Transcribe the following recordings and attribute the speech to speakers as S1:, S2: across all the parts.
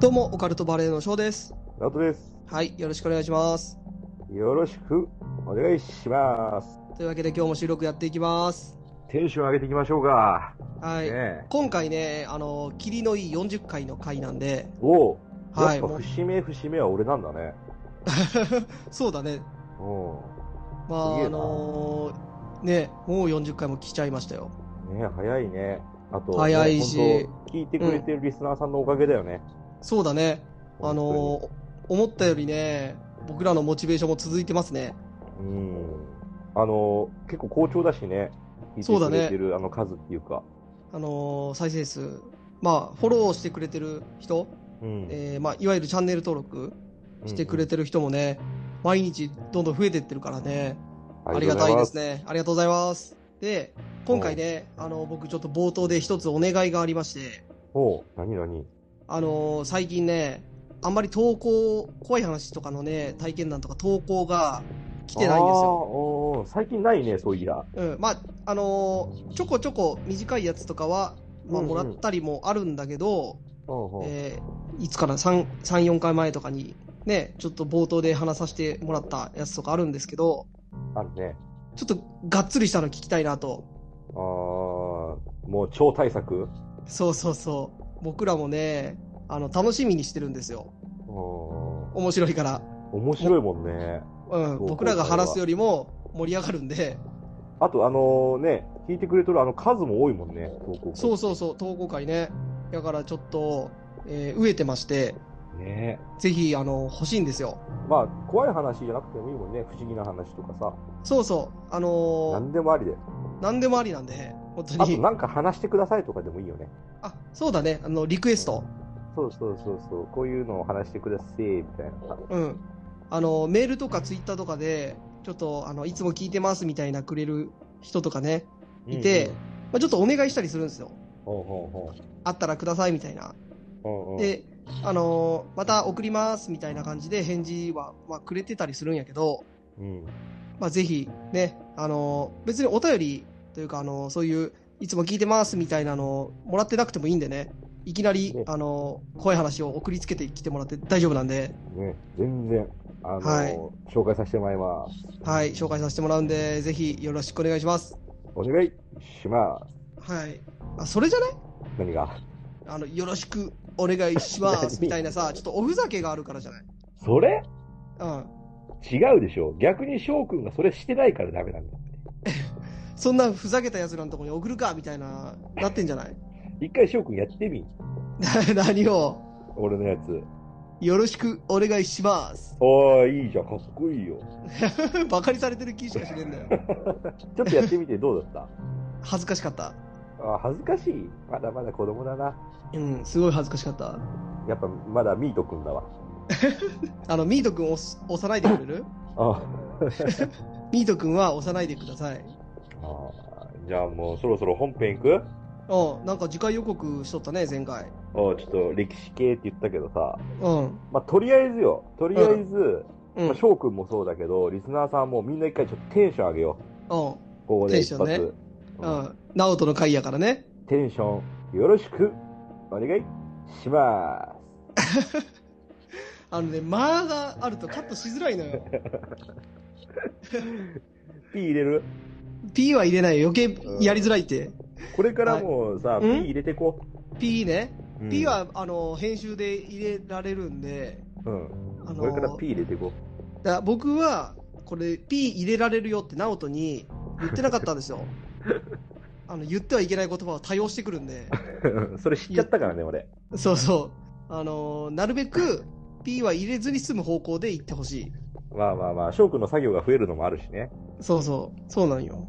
S1: どうも、オカルトバレーの翔です。
S2: 直人です。
S1: はい、よろしくお願いします。
S2: よろしくお願いします。
S1: というわけで今日も収録やっていきます。
S2: テンション上げていきましょうか。
S1: はい。
S2: ねえ、
S1: 今回ね、あの、霧のいい40回の回なんで、
S2: おお、
S1: は
S2: や
S1: い
S2: っぱ節目節目は俺なんだね。
S1: そうだね、
S2: う
S1: まあ、あのーね、もう40回も来ちゃいましたよ。
S2: ん。ねえ早いね。あと、
S1: 早いし
S2: ね本当聞いてくれてるリスナーさんのおかげだよね。
S1: そうだね、あのー思ったよりね、僕らのモチベーションも続いてますね。
S2: 本当に、うん。あの、結構好調だしね。聞いてくれてる、あの数っていうか。
S1: あのー再生数、まあ、フォローしてくれてる人、
S2: うん
S1: えーまあ、いわゆるチャンネル登録してくれ
S2: て、
S1: てる人もね、毎日どんどん増えてってるからね。
S2: うん
S1: ありがたいです。ね。ありがとうございます。で、今回ね、あの、僕ちょっと冒頭で一つお願いがありまして、
S2: おう、何何
S1: あの、最近ね、あんまり投稿、怖い話とかのね、体験談とか投稿が来てないんです
S2: あー
S1: よ。
S2: おー最近ないね、そういや。
S1: うん。まあ、あの、ちょこちょこ短いやつとかは、まあ、
S2: うんう
S1: も
S2: ん
S1: らったりもあるんだけど、
S2: うんうん
S1: えーいつから3、3、4回前とかに、ね、ちょっと冒頭で話させてもらったやつとかあるんですけど、
S2: あるね。
S1: ちょっとがっつりしたの聞きたいなと
S2: あーもう超対策
S1: そうそうそう。僕らもね、あの、楽しみにしてるんですよ。
S2: うん面
S1: 面白いから。
S2: 白いもんね。
S1: うん。
S2: そう
S1: 僕らが話すよりも盛り上がるんで、
S2: あと、あのね、聞いてくれとるあの数も多いもんね、投稿
S1: そうそうそう、投稿会ね。だからちょっと、えー飢えてまして、
S2: ね
S1: ぜひ、あの、欲しいんですよ。
S2: まあ、怖い話じゃなくてもいいもんね、不思議な話とかさ、
S1: そうそう、あの
S2: 何でもありで。
S1: ー、何でもありなんで、本
S2: あ
S1: 当
S2: と、
S1: に。
S2: なんか話してくださいとかでもいいよね。
S1: あ、そうだね、あの、リクエスト。
S2: そうそうそうそう、こういうのを話してください、みたいな。
S1: うん。あの、メールとかツイッターとかで、ちょっと、あの、いつも聞いてますみたいなくれる人とかね、いて、
S2: うんうん
S1: まあ、ちょっとお願いしたりするんですよ。
S2: ほうほ
S1: あったらくださいみたいな。
S2: うほううんうん
S1: で、あのーまた送りますみたいな感じで返事は、まあ、くれてたりするんやけど、
S2: うん
S1: まあ、ぜひね、あのー別にお便りというか、あのーそういう、いつも聞いてますみたいなのをもらってなくてもいいんでね、いきなり
S2: ね、
S1: あのー怖い話を送りつけてきてもらって大丈夫なんで、
S2: ね、全然、あの
S1: はい
S2: 紹介させてもらいます。
S1: はい、紹介させてもらうんで、ぜひよろしくお願いします。
S2: お願いします。
S1: はい。あ、それじゃない
S2: 何が
S1: あの、よろしくお願いします みたいなさ、ちょっとおふざけがあるからじゃない
S2: それ
S1: うん。
S2: 違うでしょ逆に翔くんがそれしてないからダメなんだ。
S1: そんなふざけたやつらのとこに送るかみたいな、なってんじゃない
S2: 一回翔くんやってみ。
S1: 何を
S2: 俺のやつ。
S1: よろしくお願いします。
S2: おー、いいじゃん。かっこいいよ。
S1: バカにされてる気しかしねえんだよ。
S2: ちょっとやってみてどうだっ
S1: 恥ずかしかった。
S2: た あ、恥ずかしい。まだまだ子供だな。
S1: うん、すごい恥ずかしかった。
S2: やっぱまだミートくんだわ。
S1: あの、ミートくん押す押さないでくれ る
S2: あ
S1: ミートくんは押さないでください。
S2: あー。じゃあもうそろそろ本編行く
S1: うん、なんか次回予告しとったね、前回。
S2: おちょっと歴史系って言ったけどさ。
S1: うん。
S2: まあ、とりあえずよ。とりあえず、
S1: うん。
S2: まあ、翔くんもそうだけど、リスナーさんもみんな一回ちょっとテンション上げ
S1: う
S2: よう。
S1: ん。
S2: ここ
S1: テ
S2: で
S1: ンシ
S2: 一
S1: ョン
S2: 発。
S1: ねうん。ナオトの回やからね。
S2: テンションよろしくお願いしま
S1: あのね、間があるとカットしづらいの よ。
S2: す。P 入れる
S1: P は入れないよ。余計やりづらいって。
S2: これからもうさ、
S1: い
S2: P
S1: ん
S2: 入れてこ。
S1: P ね。
S2: う
S1: P、は、あの、編集で入れられるんで、
S2: うん。
S1: あの
S2: これから P 入れてこ。
S1: だから僕はこれ P 入れられるよって直人に言ってなかったんです よあの言ってはいけない言葉を多用してくるんで
S2: それ知っちゃったからね、俺。
S1: そうそうあのーなるべく P は入れずに済む方向で行ってほしい
S2: まあまあまあ、翔くんの作業が増えるのもあるしね。
S1: そうそうそうなんよ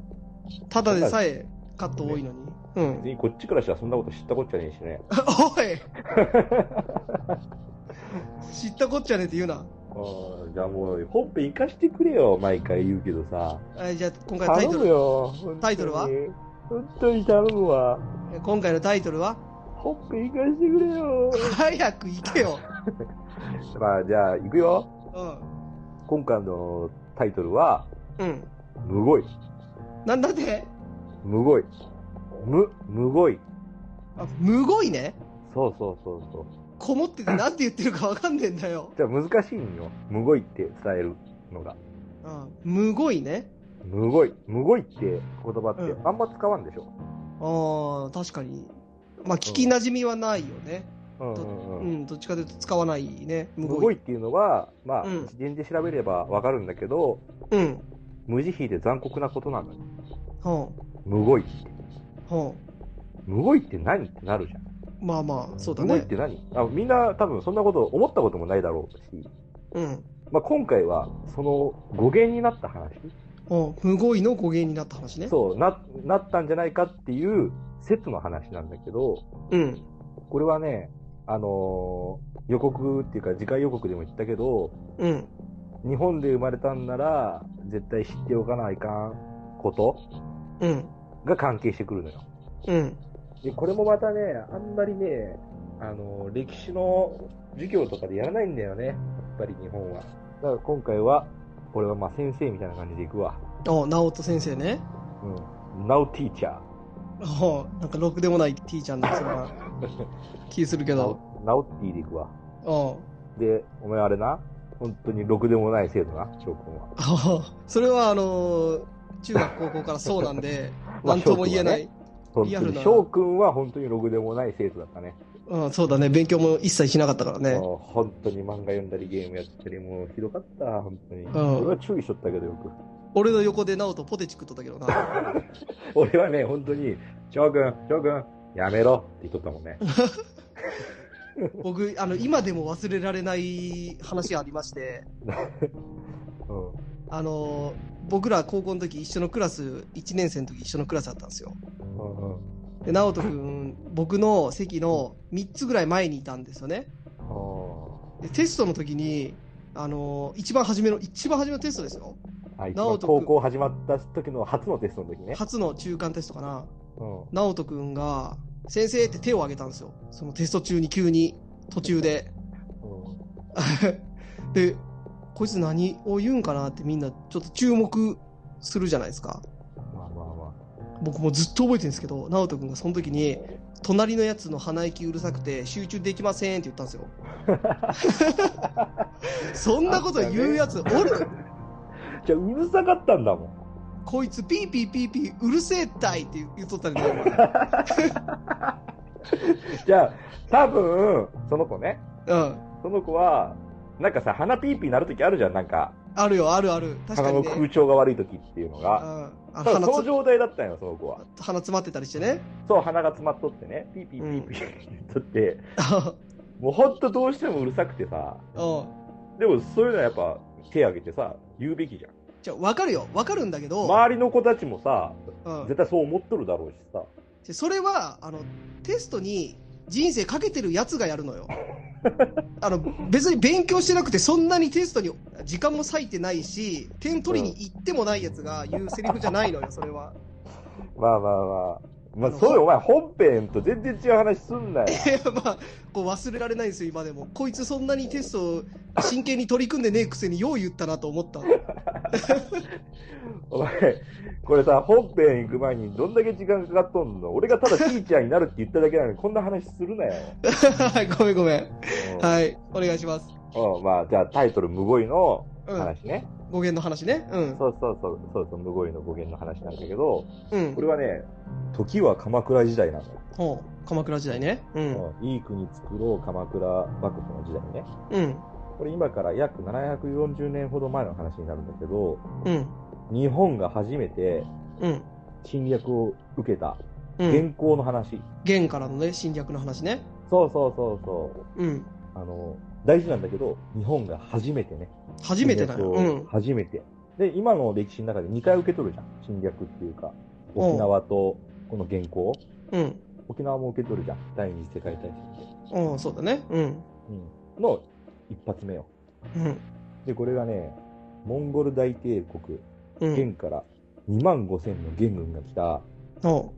S1: ただでさえカット多いのに うん
S2: 別。にこっちからしたらそんなこと知ったこっちゃねえしね。
S1: お い知ったこっちゃねって言うな。
S2: あーじゃあもう、本編生かしてくれよ、毎回言うけどさ。
S1: はい、じゃあ今回タイ
S2: 頼
S1: ト
S2: む
S1: ル、
S2: よ。
S1: タイトルは
S2: 本当に頼むわ。
S1: 今回のタイトルは
S2: 本編生かしてくれよ。
S1: 早く行けよ。
S2: まあ、じゃあ、行くよ。
S1: うん。
S2: 今回のタイトルは、
S1: うん。
S2: むごい。
S1: なんだって
S2: むごい。む、むごい。
S1: あ、むごいね。
S2: そうそうそうそう。
S1: こもっててなんて言ってるかわかんねえんだよ。
S2: じゃあ難しいんよ。むごいって伝えるのが。
S1: うん。むごいね。
S2: むごい。むごいって言葉っ
S1: う
S2: てあんま使わんでし
S1: あ
S2: ょ。
S1: あ、確かに。まあ、聞き馴染みはないよね。
S2: うんう
S1: ど
S2: ん
S1: う
S2: うん。
S1: ん、どっちかというと使わないね。む
S2: む
S1: ごい。
S2: ごいっていうのは、まあ、
S1: うん
S2: 自伝で調べればわかるんだけど、
S1: うん。
S2: 無慈悲で残酷なことなんだよ。
S1: ほ
S2: むごい。
S1: う。ほ
S2: むごいって何ってなるじゃん。
S1: う。まあまあ、そうだ
S2: むごいっ
S1: ね。
S2: て何あみんな多分そんなこと思ったこともないだろうし、
S1: うん。
S2: まあ、今回はその語源になった話、
S1: ほう。むごいの語源になった話ね。
S2: そうな、なったんじゃないかっていう説の話なんだけど、
S1: うん。
S2: これはね、あのー予告っていうか次回予告でも言ったけど、
S1: うん。
S2: 日本で生まれたんなら絶対知っておかないかんこと
S1: うん。
S2: が関係してくるのよ。
S1: うん。
S2: で、これもまたね、あんまりね、あのー歴史の授業とかでやらないんだよね、やっぱり日本は。だから今回は、俺はまあ先生みたいな感じでいくわ。
S1: あ、直人先生ね。
S2: うん。Now teacher。
S1: ほう。なんか、ろくでもない T ちゃんだ、そん な気するけど。
S2: Now t でいくわ。
S1: うん。
S2: で、お前あれな、本当にろくでもない生徒な、翔くんは。
S1: あそれは、あのー中学、高校からそうなんで、
S2: ま
S1: な
S2: あ
S1: んとも言えな。い。
S2: 翔くんはね本
S1: リア
S2: 当
S1: ル
S2: に
S1: な
S2: 翔くんは本当にろくでもない生徒だったね。
S1: うん、そうだね。勉強も一切しなかったからね。
S2: もう本当に漫画読んだりゲームやったり、もうひどかった、本当に。
S1: ん
S2: 俺は注意しとったけどよく。
S1: 俺の横で直人ポテチ食っとったけどな。
S2: 俺はね、本当に、翔くん、翔くん、やめろって言っとったもんね。
S1: 僕、あの、今でも忘れられない話がありまして、
S2: うん。
S1: あの、僕ら高校の時一緒のクラス、1年生の時一緒のクラスだったんですよ。
S2: うんうん。
S1: で、直人くん、僕の席の3つぐらい前にいたんですよね。で、テストの時に、あの、一番初めの、一番初めのテストですよ。
S2: あーあ、一
S1: 直
S2: 番
S1: 人くん
S2: 高校始まった時の初のテストの時ね。
S1: 初の中間テストかな。
S2: うん。
S1: 直人くんが、先生って手を挙げたんですよ。そのテスト中に急に、途中で。 で、こいつ何を言うんかなってみんなちょっと注目するじゃないですか。
S2: まあまあま
S1: 僕もずっと覚えてるんですけど、直人くんがその時に、隣のやつの鼻息うるさくて集中できませんって言ったん ですよ。そんなこと言うやつおる
S2: あ。じゃあ、うるさかったんだもん。
S1: こいつピーピーピーピーうるせえったいって言っとった んで、
S2: じゃあ、多分、その子ね、
S1: うん。
S2: その子は、なんかさ、鼻ピーピー鳴る時あるじゃん、なんか、
S1: あるよ、あるある。確か
S2: 鼻
S1: に
S2: の
S1: ね。
S2: 空調が悪い時っていうの
S1: うん
S2: が。
S1: あ
S2: 多分
S1: の
S2: そ
S1: 鼻
S2: の
S1: つ
S2: 状態だったんよ、その子は。
S1: 鼻詰まってたりしてね。
S2: そう、鼻が詰まっとってね、ピーピーピーピーピーとって、
S1: う
S2: もうほんとどうしてもうるさくてさ、
S1: ん。
S2: でもそういうのはやっぱ手挙げてさ、言うべきじゃん。
S1: じゃあわかるよ、わかるんだけど、
S2: 周りの子たちもさ、
S1: うん
S2: 絶対そう思っとるだろうしさ。
S1: でそれはあのテストに人生かけてるやつがやる のよあの別に勉強してなくてそんなにテストに時間も割いてないし点取りに行ってもないやつが言うセリフじゃないのよそれは
S2: まあまあまあ。ま
S1: あ
S2: あ
S1: の
S2: そうよ、お前本編と全然違う話すんなよ。
S1: いやまあこう忘れられないんですよ今でもこいつそんなにテスト真剣に取り組んでねえくせによう言ったなと思ったの
S2: お前、これさ、本編行く前にどんだけ時間かかっとんの俺がただティーチャーになるって言っただけなのに、こんな話するなよ。
S1: はいごめんごめん
S2: うん
S1: はいお願いします
S2: うん、まあじゃあタイトル、むごいの
S1: うん
S2: 話ね。
S1: 語源の話ねうん
S2: そうそうそう、そうそう、むごいの語源の話なんだけど、
S1: うん
S2: これはね、時は鎌倉時代なのよ。
S1: ほう鎌倉時代ねうん
S2: うんいい国作ろう鎌倉幕府の時代ね。
S1: うん
S2: これ今から約740年ほど前の話になるんだけど、
S1: うん
S2: 日本が初めて
S1: うん
S2: 侵略を受けた
S1: うん
S2: 元寇の話。
S1: 元からのね、侵略の話ね。
S2: そうそうそうそう。
S1: うん。
S2: あの、大事なんだけど、日本が初めてね。
S1: 初めてだよ。う
S2: 侵略を
S1: ん。
S2: 初めて。で、今の歴史の中で2回受け取るじゃん。侵略っていうか、沖縄とこの元寇。
S1: うん。
S2: 沖縄も受け取るじゃん。第二次世界大戦で。
S1: うん、そうだね。うん。
S2: うん。の一発目よ。
S1: うん。
S2: で、これがね、モンゴル大帝国、
S1: うん。
S2: 元から2万5千の元軍が来た、
S1: おう。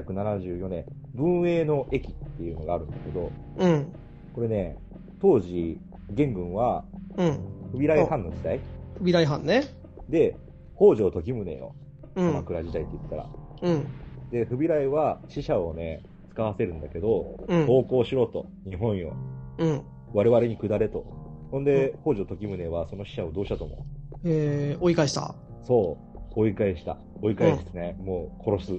S2: 1274年、文英の駅っていうのがあるんだけど、
S1: うん。
S2: これね、当時、元軍は、
S1: うん。
S2: フビライ藩の時代
S1: 未来藩ね。
S2: で、北条時宗よ。
S1: う
S2: 鎌
S1: ん。
S2: 倉時代って言ったら。
S1: うん。
S2: で、フビライは死者をね、使わせるんだけど、
S1: うん。
S2: 投降しろと、日本よ。
S1: うん。
S2: 我々に下れと。ほんで、北条時宗はその死者をどうしたと思
S1: えー、追い返した。
S2: うそう、追い返した。追い返すね。もう殺す。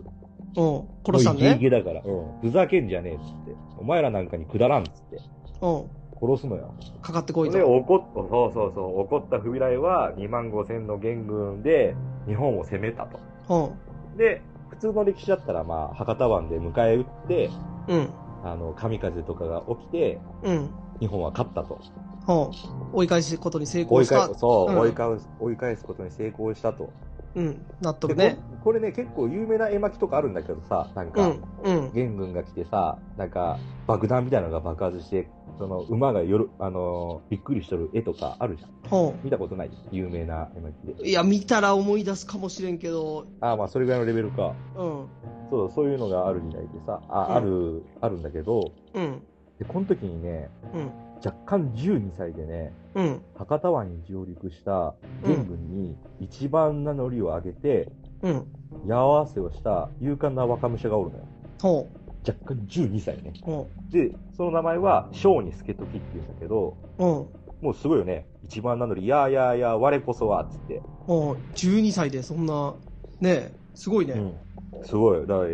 S1: おう。殺したん
S2: もうイケ
S1: ね。
S2: イケだから、うん。ふざけんじゃねえっつって。お前らなんかにくだらんっつって。
S1: おう。
S2: 殺すのよ。
S1: かかってこい
S2: で、
S1: と。
S2: 怒った、そうそうそう、怒ったフビライは2万5千の元軍で日本を攻めたと。
S1: おう。
S2: で、普通の歴史だったら、まあ、博多湾で迎え撃って、
S1: うん。
S2: あの、神風とかが起きて、
S1: うん。
S2: 日本は勝ったと。
S1: おう。追い返すことに成
S2: 追
S1: 功
S2: い
S1: した
S2: 返。そう、
S1: うん
S2: 追い返す、追い返すことに成功したと。
S1: うん。納
S2: で
S1: 得ね。
S2: ここれね、結構有名な絵巻とかあるんだけどさ、なん
S1: う
S2: か、
S1: ん。うん。
S2: 元軍が来てさ、なんか、爆弾みたいなのが爆発して、その、馬がよろ、あのーびっくりしとる絵とかあるじゃん。
S1: おう。
S2: 見たことない有名な絵巻で。
S1: いや、見たら思い出すかもしれんけど、
S2: ああ、まあ、それぐらいのレベルか。
S1: うん。
S2: そう、そういうのがあるみたいでさ、あ、
S1: うん
S2: ある、あるんだけど、
S1: うん。
S2: で、この時にね、
S1: うん。
S2: 若干12歳でね、
S1: うん。
S2: 博多湾に上陸した元軍に一番名乗りを上げて、
S1: うん。
S2: 矢合わせをした勇敢な若武者がおるのよ。
S1: おう。
S2: 若干12歳ね。
S1: おう。
S2: で、その名前は、小に助時っていうんだけど、
S1: おう。
S2: もうすごいよね。一番名乗り、やーやーやー、我こそは、つって。
S1: おう。12歳でそんな、ねえ、すごいね。
S2: うん。すごい。だから、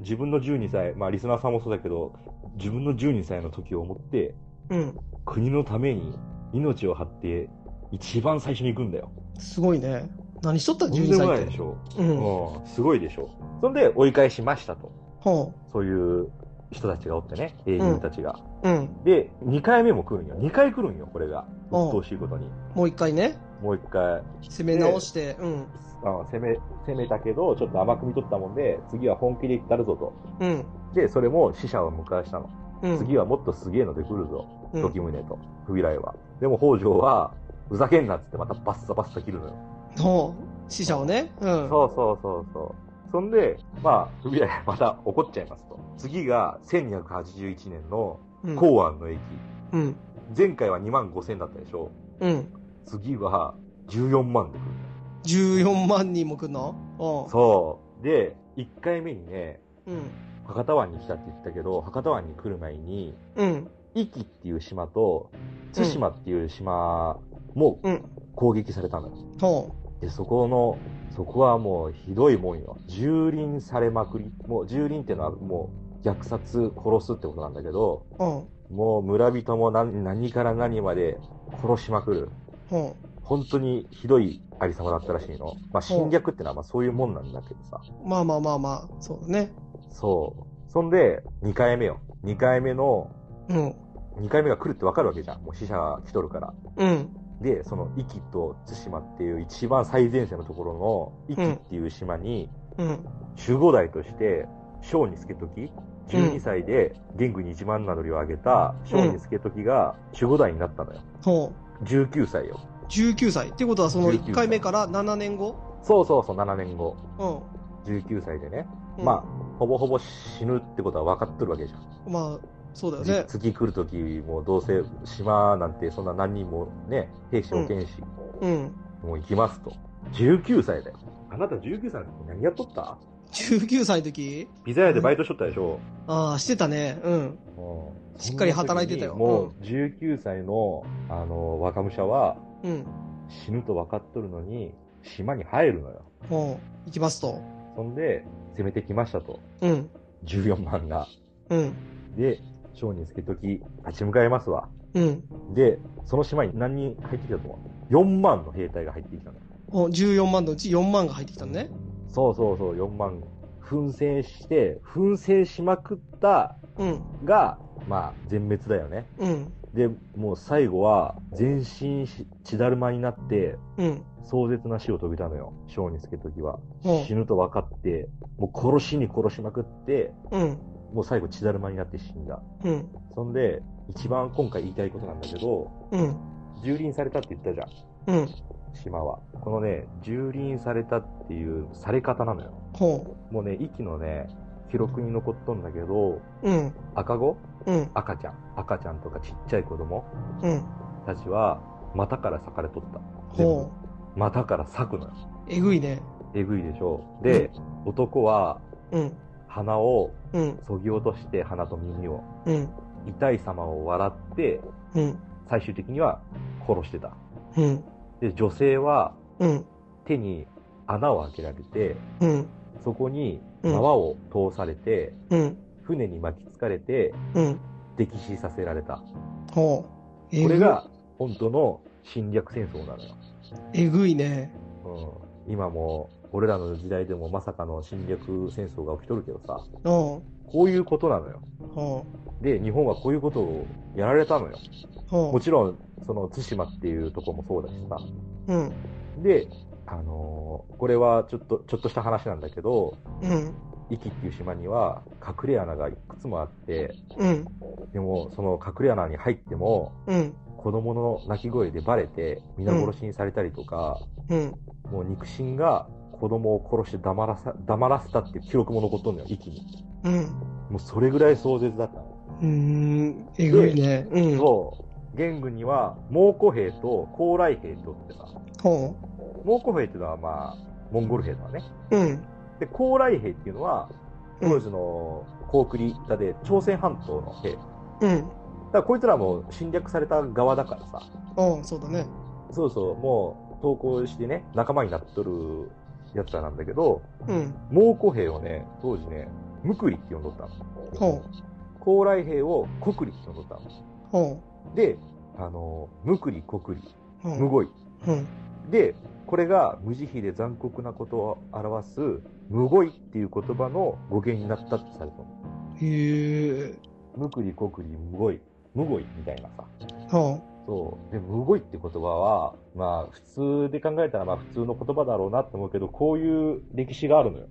S2: 自分の12歳、まあリスナーさんもそうだけど、自分の12歳の時を思って、
S1: うん。
S2: 国のために命を張って、一番最初に行くんだよ。
S1: すごいね。何しとった
S2: とんで
S1: ?12
S2: もな
S1: 歳
S2: い
S1: っ
S2: で
S1: て。
S2: しょ。
S1: うん。
S2: うん、すごいでしょ。そんで、追い返しましたと。
S1: ほ
S2: そういう人たちがおってね、英雄たちが。
S1: う。うん。
S2: で、2回目も来るんよ。2回来るんよ、これが。
S1: う
S2: 鬱
S1: ん
S2: 陶しいことに。
S1: もう一回ね、
S2: もう一回、
S1: 攻め直して、うん。
S2: あ攻め、攻めたけど、ちょっと甘く見とったもんで、次は本気で行ったるぞと。
S1: うん。
S2: で、それも死者を迎えしたの。
S1: うん。
S2: 次はもっとすげえので来るぞ。
S1: うん、
S2: 時宗と、不来は。でも北条は、ふざけんなっつってまたバッサバッサ切るのよ。
S1: ほう。死者をね。うん。
S2: そうそうそうそう。そんで、まあ、未来また怒っちゃいますと。次が1281年の
S1: うん。
S2: 公安の駅。
S1: うん。
S2: 前回は2万5千だったでしょ。
S1: うん。
S2: 次は14万で来る。
S1: 14万人も来んのおう
S2: そう。で、1回目にね、
S1: うん。
S2: 博多湾に来たって言ったけど、博多湾に来る前に、
S1: うん。
S2: 壱岐っていう島と、対馬っていう島も
S1: うん。
S2: 攻撃されたのよ。
S1: ほ
S2: で、そこの、そこはもうひどいもんよ。蹂躙されまくり。もう蹂躙ってのはもう虐殺、殺すってことなんだけど、
S1: う。うん。
S2: もう村人も何何から何まで殺しまくる。
S1: ほ
S2: 本当にひどいありさまだったらしいの。まあ侵略ってのはまあそういうもんなんだけどさ。
S1: う。まあまあまあまあ、そうだね。
S2: そう。そんで、2回目よ。2回目の、
S1: うん。
S2: 2回目が来るってわかるわけじゃん。もう死者が来とるから。
S1: うん。
S2: で、その、壱岐と対馬っていう一番最前線のところの、
S1: うん
S2: 壱岐っていう島に、
S1: うん。
S2: 守護代として、小に助時、12歳で元軍に一番名乗りを上げた小に助時が守護代になったのよ。
S1: ほ
S2: 19歳よ。
S1: う。19歳。ってことは、その
S2: 19
S1: 1回目から7年後
S2: そうそうそう、7年後。
S1: う
S2: 19歳でね。
S1: ん。うん
S2: まあ、ほぼほぼ死ぬってことは分かっとるわけじゃん。
S1: まあ、そうだよ
S2: じ
S1: ね。
S2: 次来るときもどうせ島なんてそんな何人もね、兵士保健師、
S1: うん。
S2: もう行きますと。19歳だよ。あなた19歳の時何やっとった
S1: 19歳の時
S2: ピザ屋でバイトしとったでしょ、
S1: ああ、してたね。うん。
S2: うん
S1: しっかり働いてたよ
S2: そんな時にもう19歳の、あの、若武者は
S1: うん。
S2: 死ぬと分かっとるのに、島に入るのよ。
S1: ほう。行きますと。
S2: そんで、攻めてきましたと。
S1: うん。
S2: 14万が。
S1: うん。
S2: で、商人助時、立ち向かいますわ。
S1: うん。
S2: で、その島に何人入ってきたと思う ?4 万の兵隊が入ってきたのよ。
S1: ほう14万のうち4万が入ってきたのね。
S2: そうそうそう、4万。奮戦して、奮戦しまくった
S1: うん。
S2: が、まあ、全滅だよね。
S1: うん。
S2: で、もう最後は、全身し血だるまになって、
S1: うん。
S2: 壮絶な死を遂げたのよ。小につけときは
S1: ほう。
S2: 死ぬと分かって、もう殺しに殺しまくって、
S1: うん。
S2: もう最後血だるまになって死んだ。
S1: うん。
S2: そんで、一番今回言いたいことなんだけど、
S1: うん。
S2: 蹂躙されたって言ったじゃん、
S1: うん。
S2: 島は。このね、蹂躙されたっていうされ方なのよ。
S1: ほ
S2: もうね、息のね、記録に残っとんだけど、
S1: う。うん。
S2: 赤子
S1: うん。
S2: 赤ちゃん。赤ちゃんとかちっちゃい子供
S1: うん。
S2: たちは、股から裂かれとった。
S1: ほう。
S2: 股から裂くのよ。
S1: えぐいね。
S2: えぐいでしょ。で、男は
S1: うん。
S2: 鼻を
S1: うん。
S2: そぎ落として、鼻と耳を。
S1: うん。
S2: 痛い様を笑って、
S1: うん。
S2: 最終的には殺してた。
S1: うん。
S2: で、女性は
S1: うん。
S2: 手に穴を開けられて、
S1: うん。
S2: そこに
S1: うん
S2: 縄を通されて、
S1: うん。
S2: 船に巻きつかれて、
S1: うん。
S2: 溺死させられた。
S1: ほう。えぐ
S2: これが、本当の侵略戦争なのよ。
S1: えぐいね。
S2: うん、今も、俺らの時代でもまさかの侵略戦争が起きとるけどさ、
S1: ほ
S2: こういうことなのよ。
S1: う。ほ
S2: で、日本はこういうことをやられたのよ。
S1: う。ほ
S2: もちろん、その、対馬っていうとこもそうだしさ。
S1: う。うん。
S2: で、あのーこれはちょっと、ちょっとした話なんだけど、
S1: うん。
S2: 壱岐っていう島には隠れ穴がいくつもあって、
S1: うん。
S2: でも、その隠れ穴に入っても、
S1: うん。
S2: 子供の泣き声でバレて、皆殺しにされたりとか、
S1: うん。
S2: もう肉親が子供を殺して黙らさ、黙らせたっていう記録も残っとんのよ、一気に。
S1: うん。
S2: もうそれぐらい壮絶だったの。
S1: うーん。えぐいね。うん。
S2: そう。元軍には、蒙古兵と高麗兵とってさ、
S1: ほ
S2: 蒙古兵っていうのはまあ、モンゴル兵だね。
S1: う。うん。
S2: で、高麗兵っていうのは、
S1: うん
S2: 当時の高句麗だで、朝鮮半島の兵。だか
S1: うん。
S2: らこいつらも侵略された側だからさ、
S1: ああ、そうだね。
S2: そうそう、もう投降してね、仲間になっとるやつらなんだけど、
S1: うん。
S2: 蒙古兵をね、当時ね、ムクリって呼んどったの。
S1: ほ
S2: 高麗兵をコクリって呼んどったの。
S1: う。ほ
S2: で、あの、ムクリ、コクリ、
S1: う。
S2: ム
S1: ほ
S2: ゴイ。
S1: う。うん。
S2: で、これが無慈悲で残酷なことを表す、ムゴイっていう言葉の語源になったってされたの。
S1: へえ。
S2: ムクリ、コクリ、ムゴイ、ムゴイみたいなさ。
S1: ほ
S2: そう。で、無語彙って言葉は、まあ、普通で考えたら、まあ、普通の言葉だろうなって思うけど、こういう歴史があるのよ。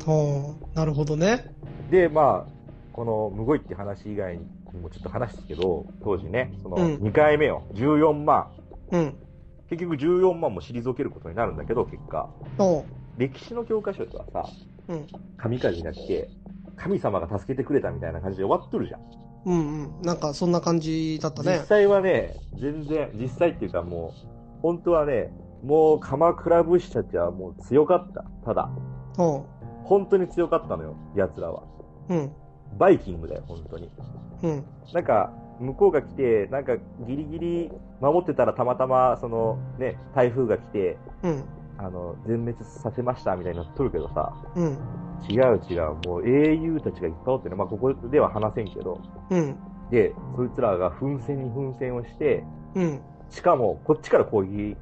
S1: う。ほう。なるほどね。
S2: で、まあ、この無語彙って話以外にもちょっと話したけど、当時ね、その
S1: うん
S2: 2回目を14万、
S1: うん。
S2: 結局14万も退けることになるんだけど、結果。
S1: ほ
S2: 歴史の教科書ではさ、
S1: うん
S2: 神風になって、神様が助けてくれたみたいな感じで終わっとるじゃん。
S1: う。うんうん。なんか、そんな感じだったね
S2: 実。際はね、全然、実際っていうかもう、本当はね、もう鎌倉武士たちはもう強かった。ただ、
S1: ほ
S2: 本当に強かったのよ、奴らは。
S1: う。うん。
S2: バイキングだよ、本当に。
S1: うん。
S2: なんか、向こうが来て、なんかギリギリ守ってたらたまたま、そのね、台風が来て、
S1: うん。
S2: あの、全滅させましたみたいになっとるけどさ、
S1: うん。
S2: 違う違う、もう英雄たちがいっぱいおってね、まあここでは話せんけど、
S1: うん。
S2: で、そいつらが奮戦に奮戦をして、
S1: うん。
S2: しかも、こっちから攻撃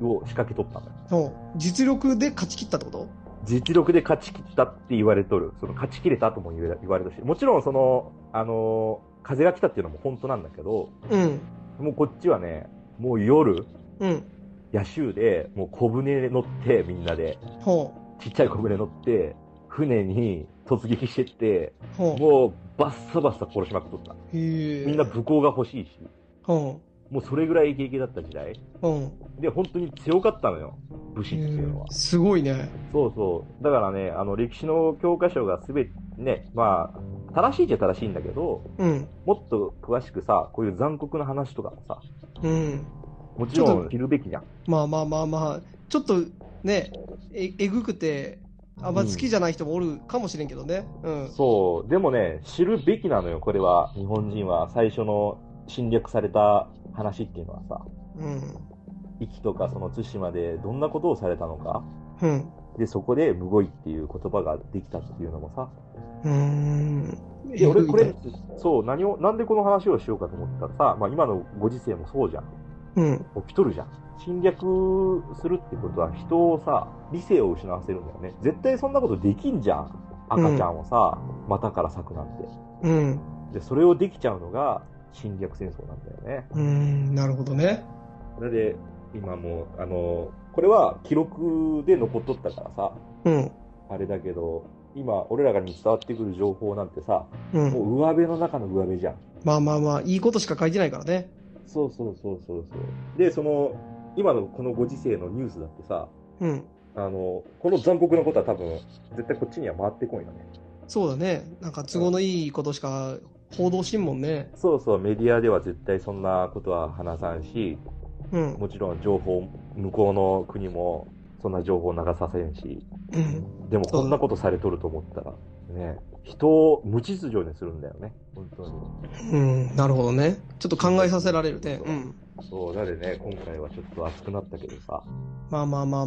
S2: を仕掛け取ったのよ。
S1: ほう。実力で勝ち切ったってこと
S2: 実力で勝ち切ったって言われとる。その勝ち切れたとも言え言われたし、もちろんその、あのー風が来たっていうのも本当なんだけど、
S1: うん。
S2: もうこっちはね、もう夜、
S1: うん。
S2: 夜襲で、もう小舟に乗って、みんなで、
S1: ほ
S2: ちっちゃい小舟乗って、船に突撃してって、
S1: う。ほ
S2: もうバッサバッサ殺しまくっとった。
S1: う。へえ。
S2: みんな武功が欲しいし、
S1: ほ
S2: もうそれぐらいイケイケだった時代。
S1: う。うん。
S2: で、本当に強かったのよ、武士っていうのは
S1: へえ。すごいね。
S2: そうそう。だからね、あの、歴史の教科書がすべて、ね、まあ、正しいっちゃ正しいんだけど、
S1: うん。
S2: もっと詳しくさ、こういう残酷な話とかもさ、
S1: うん。
S2: もちろん知るべきじゃん。
S1: まあまあまあまあ、ちょっとね、ええぐくて、あんま好きじゃない人もおるかもしれんけどね。うん。
S2: そう。でもね、知るべきなのよ、これは。日本人は最初の侵略された話っていうのはさ、
S1: うん。
S2: 壱岐とかその対馬でどんなことをされたのか。
S1: うん。
S2: で、そこで、むごいっていう言葉ができたっていうのもさ。
S1: うーん。
S2: いや、俺
S1: えぐ
S2: こ
S1: い
S2: れ
S1: ね、
S2: そう、何を、なんでこの話をしようかと思ったらさ、まあ今のご時世もそうじゃん。
S1: うん。
S2: 起きとるじゃん。侵略するってことは人をさ、理性を失わせるんだよね。絶対そんなことできんじゃん。赤ちゃんをさ、股から裂くなんて。
S1: うん。
S2: で、それをできちゃうのが、侵略戦争なんだよね。
S3: うーん、なるほどね。
S2: それで、今もう、あの、これは記録で残っとったからさ、
S1: うん。
S2: あれだけど、今、俺らがに伝わってくる情報なんてさ、
S1: う
S2: も
S1: ん。
S2: う上辺の中の上辺じゃん。
S1: まあまあまあ、いいことしか書いてないからね。
S2: そうそうそうそうそう。で、その、今のこのご時世のニュースだってさ、
S1: うん。
S2: あの、この残酷なことは多分、絶対こっちには回ってこいよね。
S1: そうだね。なんか都合のいいことしか報道しんもんね。
S2: そうそう、メディアでは絶対そんなことは話さんし、
S1: うん。
S2: もちろん情報、向こうの国もそんな情報流させんし、
S1: うん。
S2: でもこんなことされとると思ったら、ね、人を無秩序にするんだよね、本当に。
S1: うん。なるほどね。ちょっと考えさせられるね。うん。
S2: そう、だでね、今回はちょっと熱くなったけどさ、
S1: まあまあまあま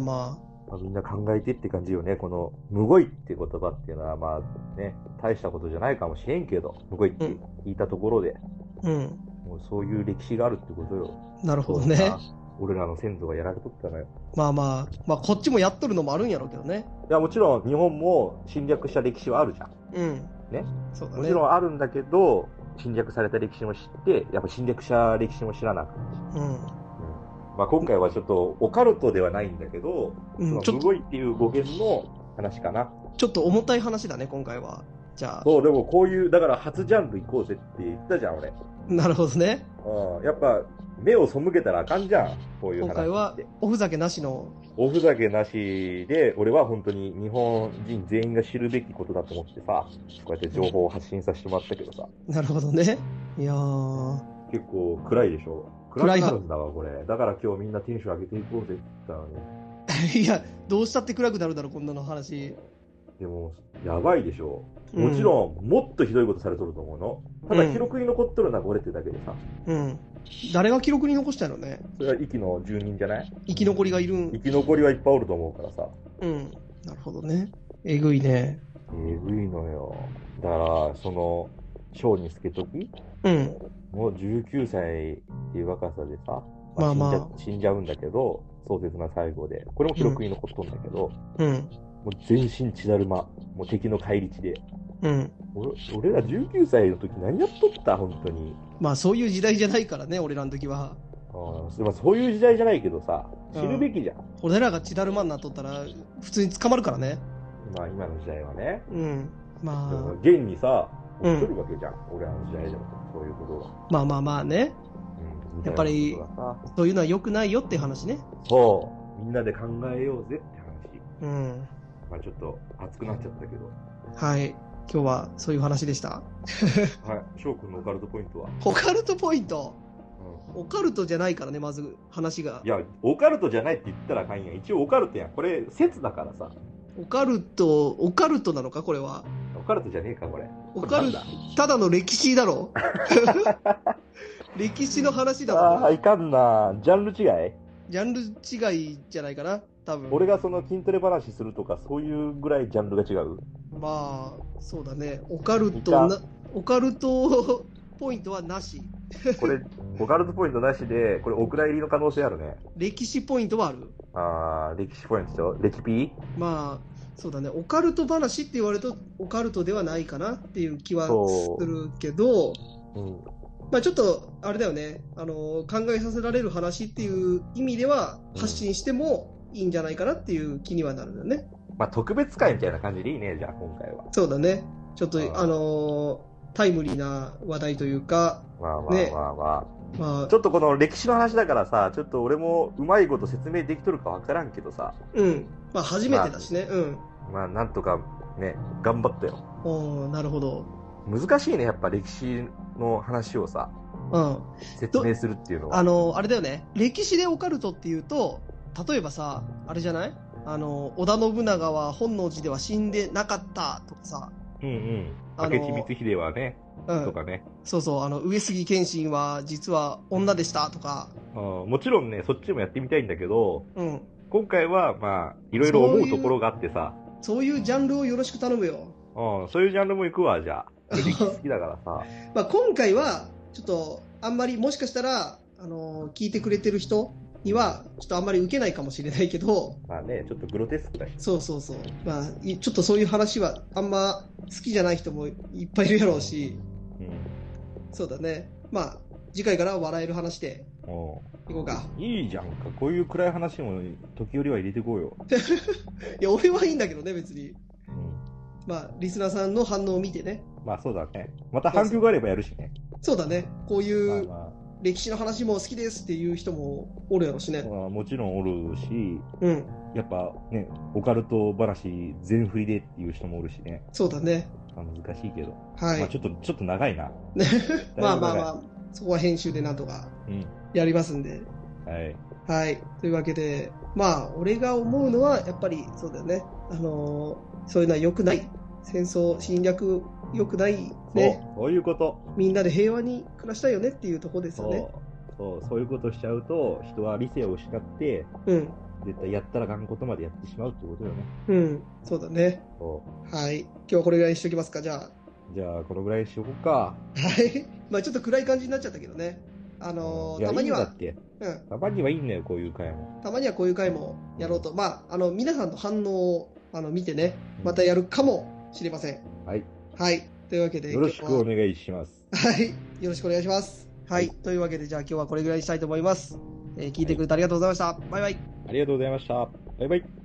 S2: まあ、みんな考えてって感じよね、この、むごいって言葉っていうのは、まあね、大したことじゃないかもしれんけど、むごいって聞いたところで、
S1: あ。うん。
S2: もうそういう歴史があるってことよ。
S1: なるほど
S2: そう
S1: ね
S2: さ。俺らの先祖がやられとったのよ。
S1: まあまあ、まあこっちもやっとるのもあるんやろうけどね。
S2: いや、もちろん日本も侵略した歴史はあるじゃん。
S1: うん。
S2: ね。
S1: そうだね。
S2: もちろんあるんだけど、侵略された歴史も知って、やっぱ侵略した歴史も知らなくて。まあ、今回はちょっとオカルトではないんだけど、
S1: うん。うん。ち
S2: そ
S1: ょ
S2: の
S1: っ
S2: む
S1: と、
S2: ごいっていう語源の話かな。
S1: ちょっと重たい話だね、今回は。じゃあ、
S2: そう、でもこういう、だから初ジャンル行こうぜって言ったじゃん、俺。
S1: なるほどね。
S2: うん、やっぱ目を背けたらあかんじゃん、こういう話
S1: 今
S2: って。
S1: 回はおふざけなしの、
S2: おふざけなしで、俺は本当に日本人全員が知るべきことだと思ってさ、こうやって情報を発信させてもらったけどさ、
S1: なるほどね。いやー、
S2: 結構暗いでしょ
S1: 暗
S2: 暗
S1: い
S2: いなるんだわ、これ。だから今日みんなテンション上げていこうぜって言ったのに。
S1: いや、どうしたって暗くなるだろ、こんなの話。
S2: でも、やばいでしょもちろん、もっとひどいことされとると思うの。ただ記録に残っとるのはこれってだけでさ、
S1: うん。うん。誰が記録に残したのね。
S2: それは息の住人じゃない
S1: 生き残りがいるん。
S2: 生き残りはいっぱいおると思うからさ。
S1: うん。なるほどね。えぐいね。
S2: えぐいのよ。だから、その、小に助時
S1: うん。
S2: もう19歳っていう若さでさ、
S1: まあまあ
S2: 死んじゃ死んじゃうんだけど、壮絶な最後で、これも記録に残っとんだけど、
S1: うん。
S2: もう全身血だるま、もう敵の返り血で、
S1: うん。
S2: 俺俺ら19歳の時何やっとった、本当に。
S1: まあ、そういう時代じゃないからね、俺らの時は。
S2: ああ、すまあそういう時代じゃないけどさ、知るべきじゃん。
S1: 俺らが血だるまになっとったら、普通に捕まるからね。
S2: まあ今の時代はね。
S1: うん。
S2: でも
S1: ま
S2: 現にさ、
S1: うん
S2: 起きとるわけじゃん、俺らの時代でも、そういうことが。
S1: あ、まあまあまあね。
S2: うんみ
S1: やっ
S2: たいな
S1: ぱり
S2: ことがさ
S1: そういうのは良くないよって話ね。
S2: そう、みんなで考えようぜって話。
S1: うん。
S2: まあちょっと熱くなっちゃったけど。
S1: はい。今日はそういう話でした。
S2: はい、翔くんのオカルトポイントは、
S1: オカルトポイント。オカルトじゃないからね、まず話が
S2: い。や、オカルトじゃないって言ったらあかんやん。一応オカルトやん。これ、説だからさ。
S1: オカルト、オカルトなのか、これは。
S2: オカルトじゃねえか、これ。
S1: オカル
S2: これ
S1: ト
S2: なん、
S1: ただの歴史だ ろ。歴史の話だ
S2: だあ
S1: わ
S2: あ、。いかんな。ジャンル違い
S1: ジャンル違いじゃないかな、多分。
S2: 俺がその筋トレ話するとか、そういうぐらいジャンルが違 う。
S1: まあ、そうだね。オカルト
S2: い
S1: な、オカルトポイントはなし。
S2: これ、オカルトポイントなしで、これ、お蔵入りの可能性あるね。
S1: 歴史ポイントはある。
S2: ああ、歴史ポイントでしょ歴ピー
S1: まあ、そうだね。オカルト話って言われると、オカルトではないかなっていう気は
S2: そ
S1: するけど、
S2: うん。
S1: まあ、ちょっとあれだよねあの考えさせられる話っていう意味では
S2: うん
S1: 発信してもいいんじゃないかなっていう気にはなるんだよね、
S2: まあ、特別会みたいな感じでいいね、じゃあ、今回は。
S1: そうだねちょっと
S2: あ
S1: あ
S2: ー
S1: のタイムリーな話題というか、
S2: まあま
S1: ね
S2: あまあま
S1: ま
S2: あ。ち
S1: あ
S2: ょっとこの歴史の話だからさ、ちょっと俺もうまいこと説明できとるかわからんけどさ、
S1: うんまあ、初めてだしね、うん
S2: まあ、なんとかね、頑張ったよ。
S1: おーなるほど、
S2: 難しいね、やっぱ歴史の話をさ、
S1: うん、
S2: 説明するっていうの
S1: あ
S2: は。
S1: のあれだよね歴史でオカルトっていうと例えばさあれじゃないあの織田信長は本能寺では死んでなかったとかさ、
S2: うんうん。
S1: あの
S2: 明智光秀はね、
S1: うん、
S2: とかね。
S1: そうそう、あの、上杉謙信は実は女でしたとか、
S2: あーもちろんね、そっちもやってみたいんだけど、
S1: うん。
S2: 今回はまあ、いろいろ
S1: そう
S2: 思
S1: いう
S2: うところがあってさ、
S1: そういうジャンルをよろしく頼むよ。
S2: うん、そういうジャンルも行くわ、じゃあ。俺歴史好きだからさ。
S1: まあ、今回は、ちょっと、あんまり、もしかしたら、あの聞いてくれてる人には、ちょっとあんまり受けないかもしれないけど、
S2: まあね、ちょっとグロテスクだし。
S1: そうそうそう。まあ、いちょっとそういう話は、あんま好きじゃない人もいっぱいいるやろうし、
S2: うん。
S1: そうだね。まあ、次回から笑える話で
S2: お
S1: いこうか。
S2: ういいじゃんか。こういう暗い話も時折は入れてこうよ。
S1: いや、俺はいいんだけどね、別に。
S2: うん。
S1: まあ、リスナーさんの反応を見てね。
S2: まあそうだね。また反響があればやるしね。
S1: そうだね。こう
S2: ま
S1: い
S2: あ
S1: う
S2: ま
S1: 歴史の話も好きですっていう人もおるやろし
S2: あ、
S1: ね。
S2: まあ、もちろんおるし、
S1: うん。
S2: やっぱね、オカルト話全振りでっていう人もおるしね。
S1: そうだね。
S2: まあ難しいけど。
S1: は
S2: まあ
S1: い
S2: ち。ょっと、ちょっと長いな。
S1: まあまあま
S2: あ。
S1: あ、そこは編集でなんとか
S2: うん。
S1: やりますんで。
S2: はい。
S1: はい。というわけで、まあ、俺が思うのは、やっぱりそうだよね。あのーそういうのは良くない。戦争、侵略、良くない。ね。
S2: そう、そういうこと。
S1: みんなで平和に暮らしたいよねっていうとこです
S2: そ
S1: よね。
S2: う。そう、そういうことしちゃうと、人は理性を失って、
S1: うん。
S2: 絶対やったらあかんことまでやってしまうってことよね。
S1: うん。そうだね。
S2: そ
S1: はい。今日はこれぐらいにしときますか、じゃあ。
S2: う。じゃあ、このぐらいにしようか。
S1: はい。 まあ、ちょっと暗い感じになっちゃったけどね。あのー
S2: いや
S1: たまに
S2: いいんだ
S1: は
S2: っ、け
S1: うん。
S2: たまにはいいんだよ、こういう会も。
S1: たまにはこういう回もやろうと。まあ、あの、皆さんの反応を、あの、見てね。またやるかもしれません。
S2: はい。
S1: はい。というわけで、
S2: よろしくお願いします。
S1: はい。よろしくお願いします。はい。
S2: は
S1: というわけで、じゃあ今日はこれぐらいにしたいと思います。えー聞いてくれてありがとうございました。バイバイ。
S2: ありがとうございました。バイバイ。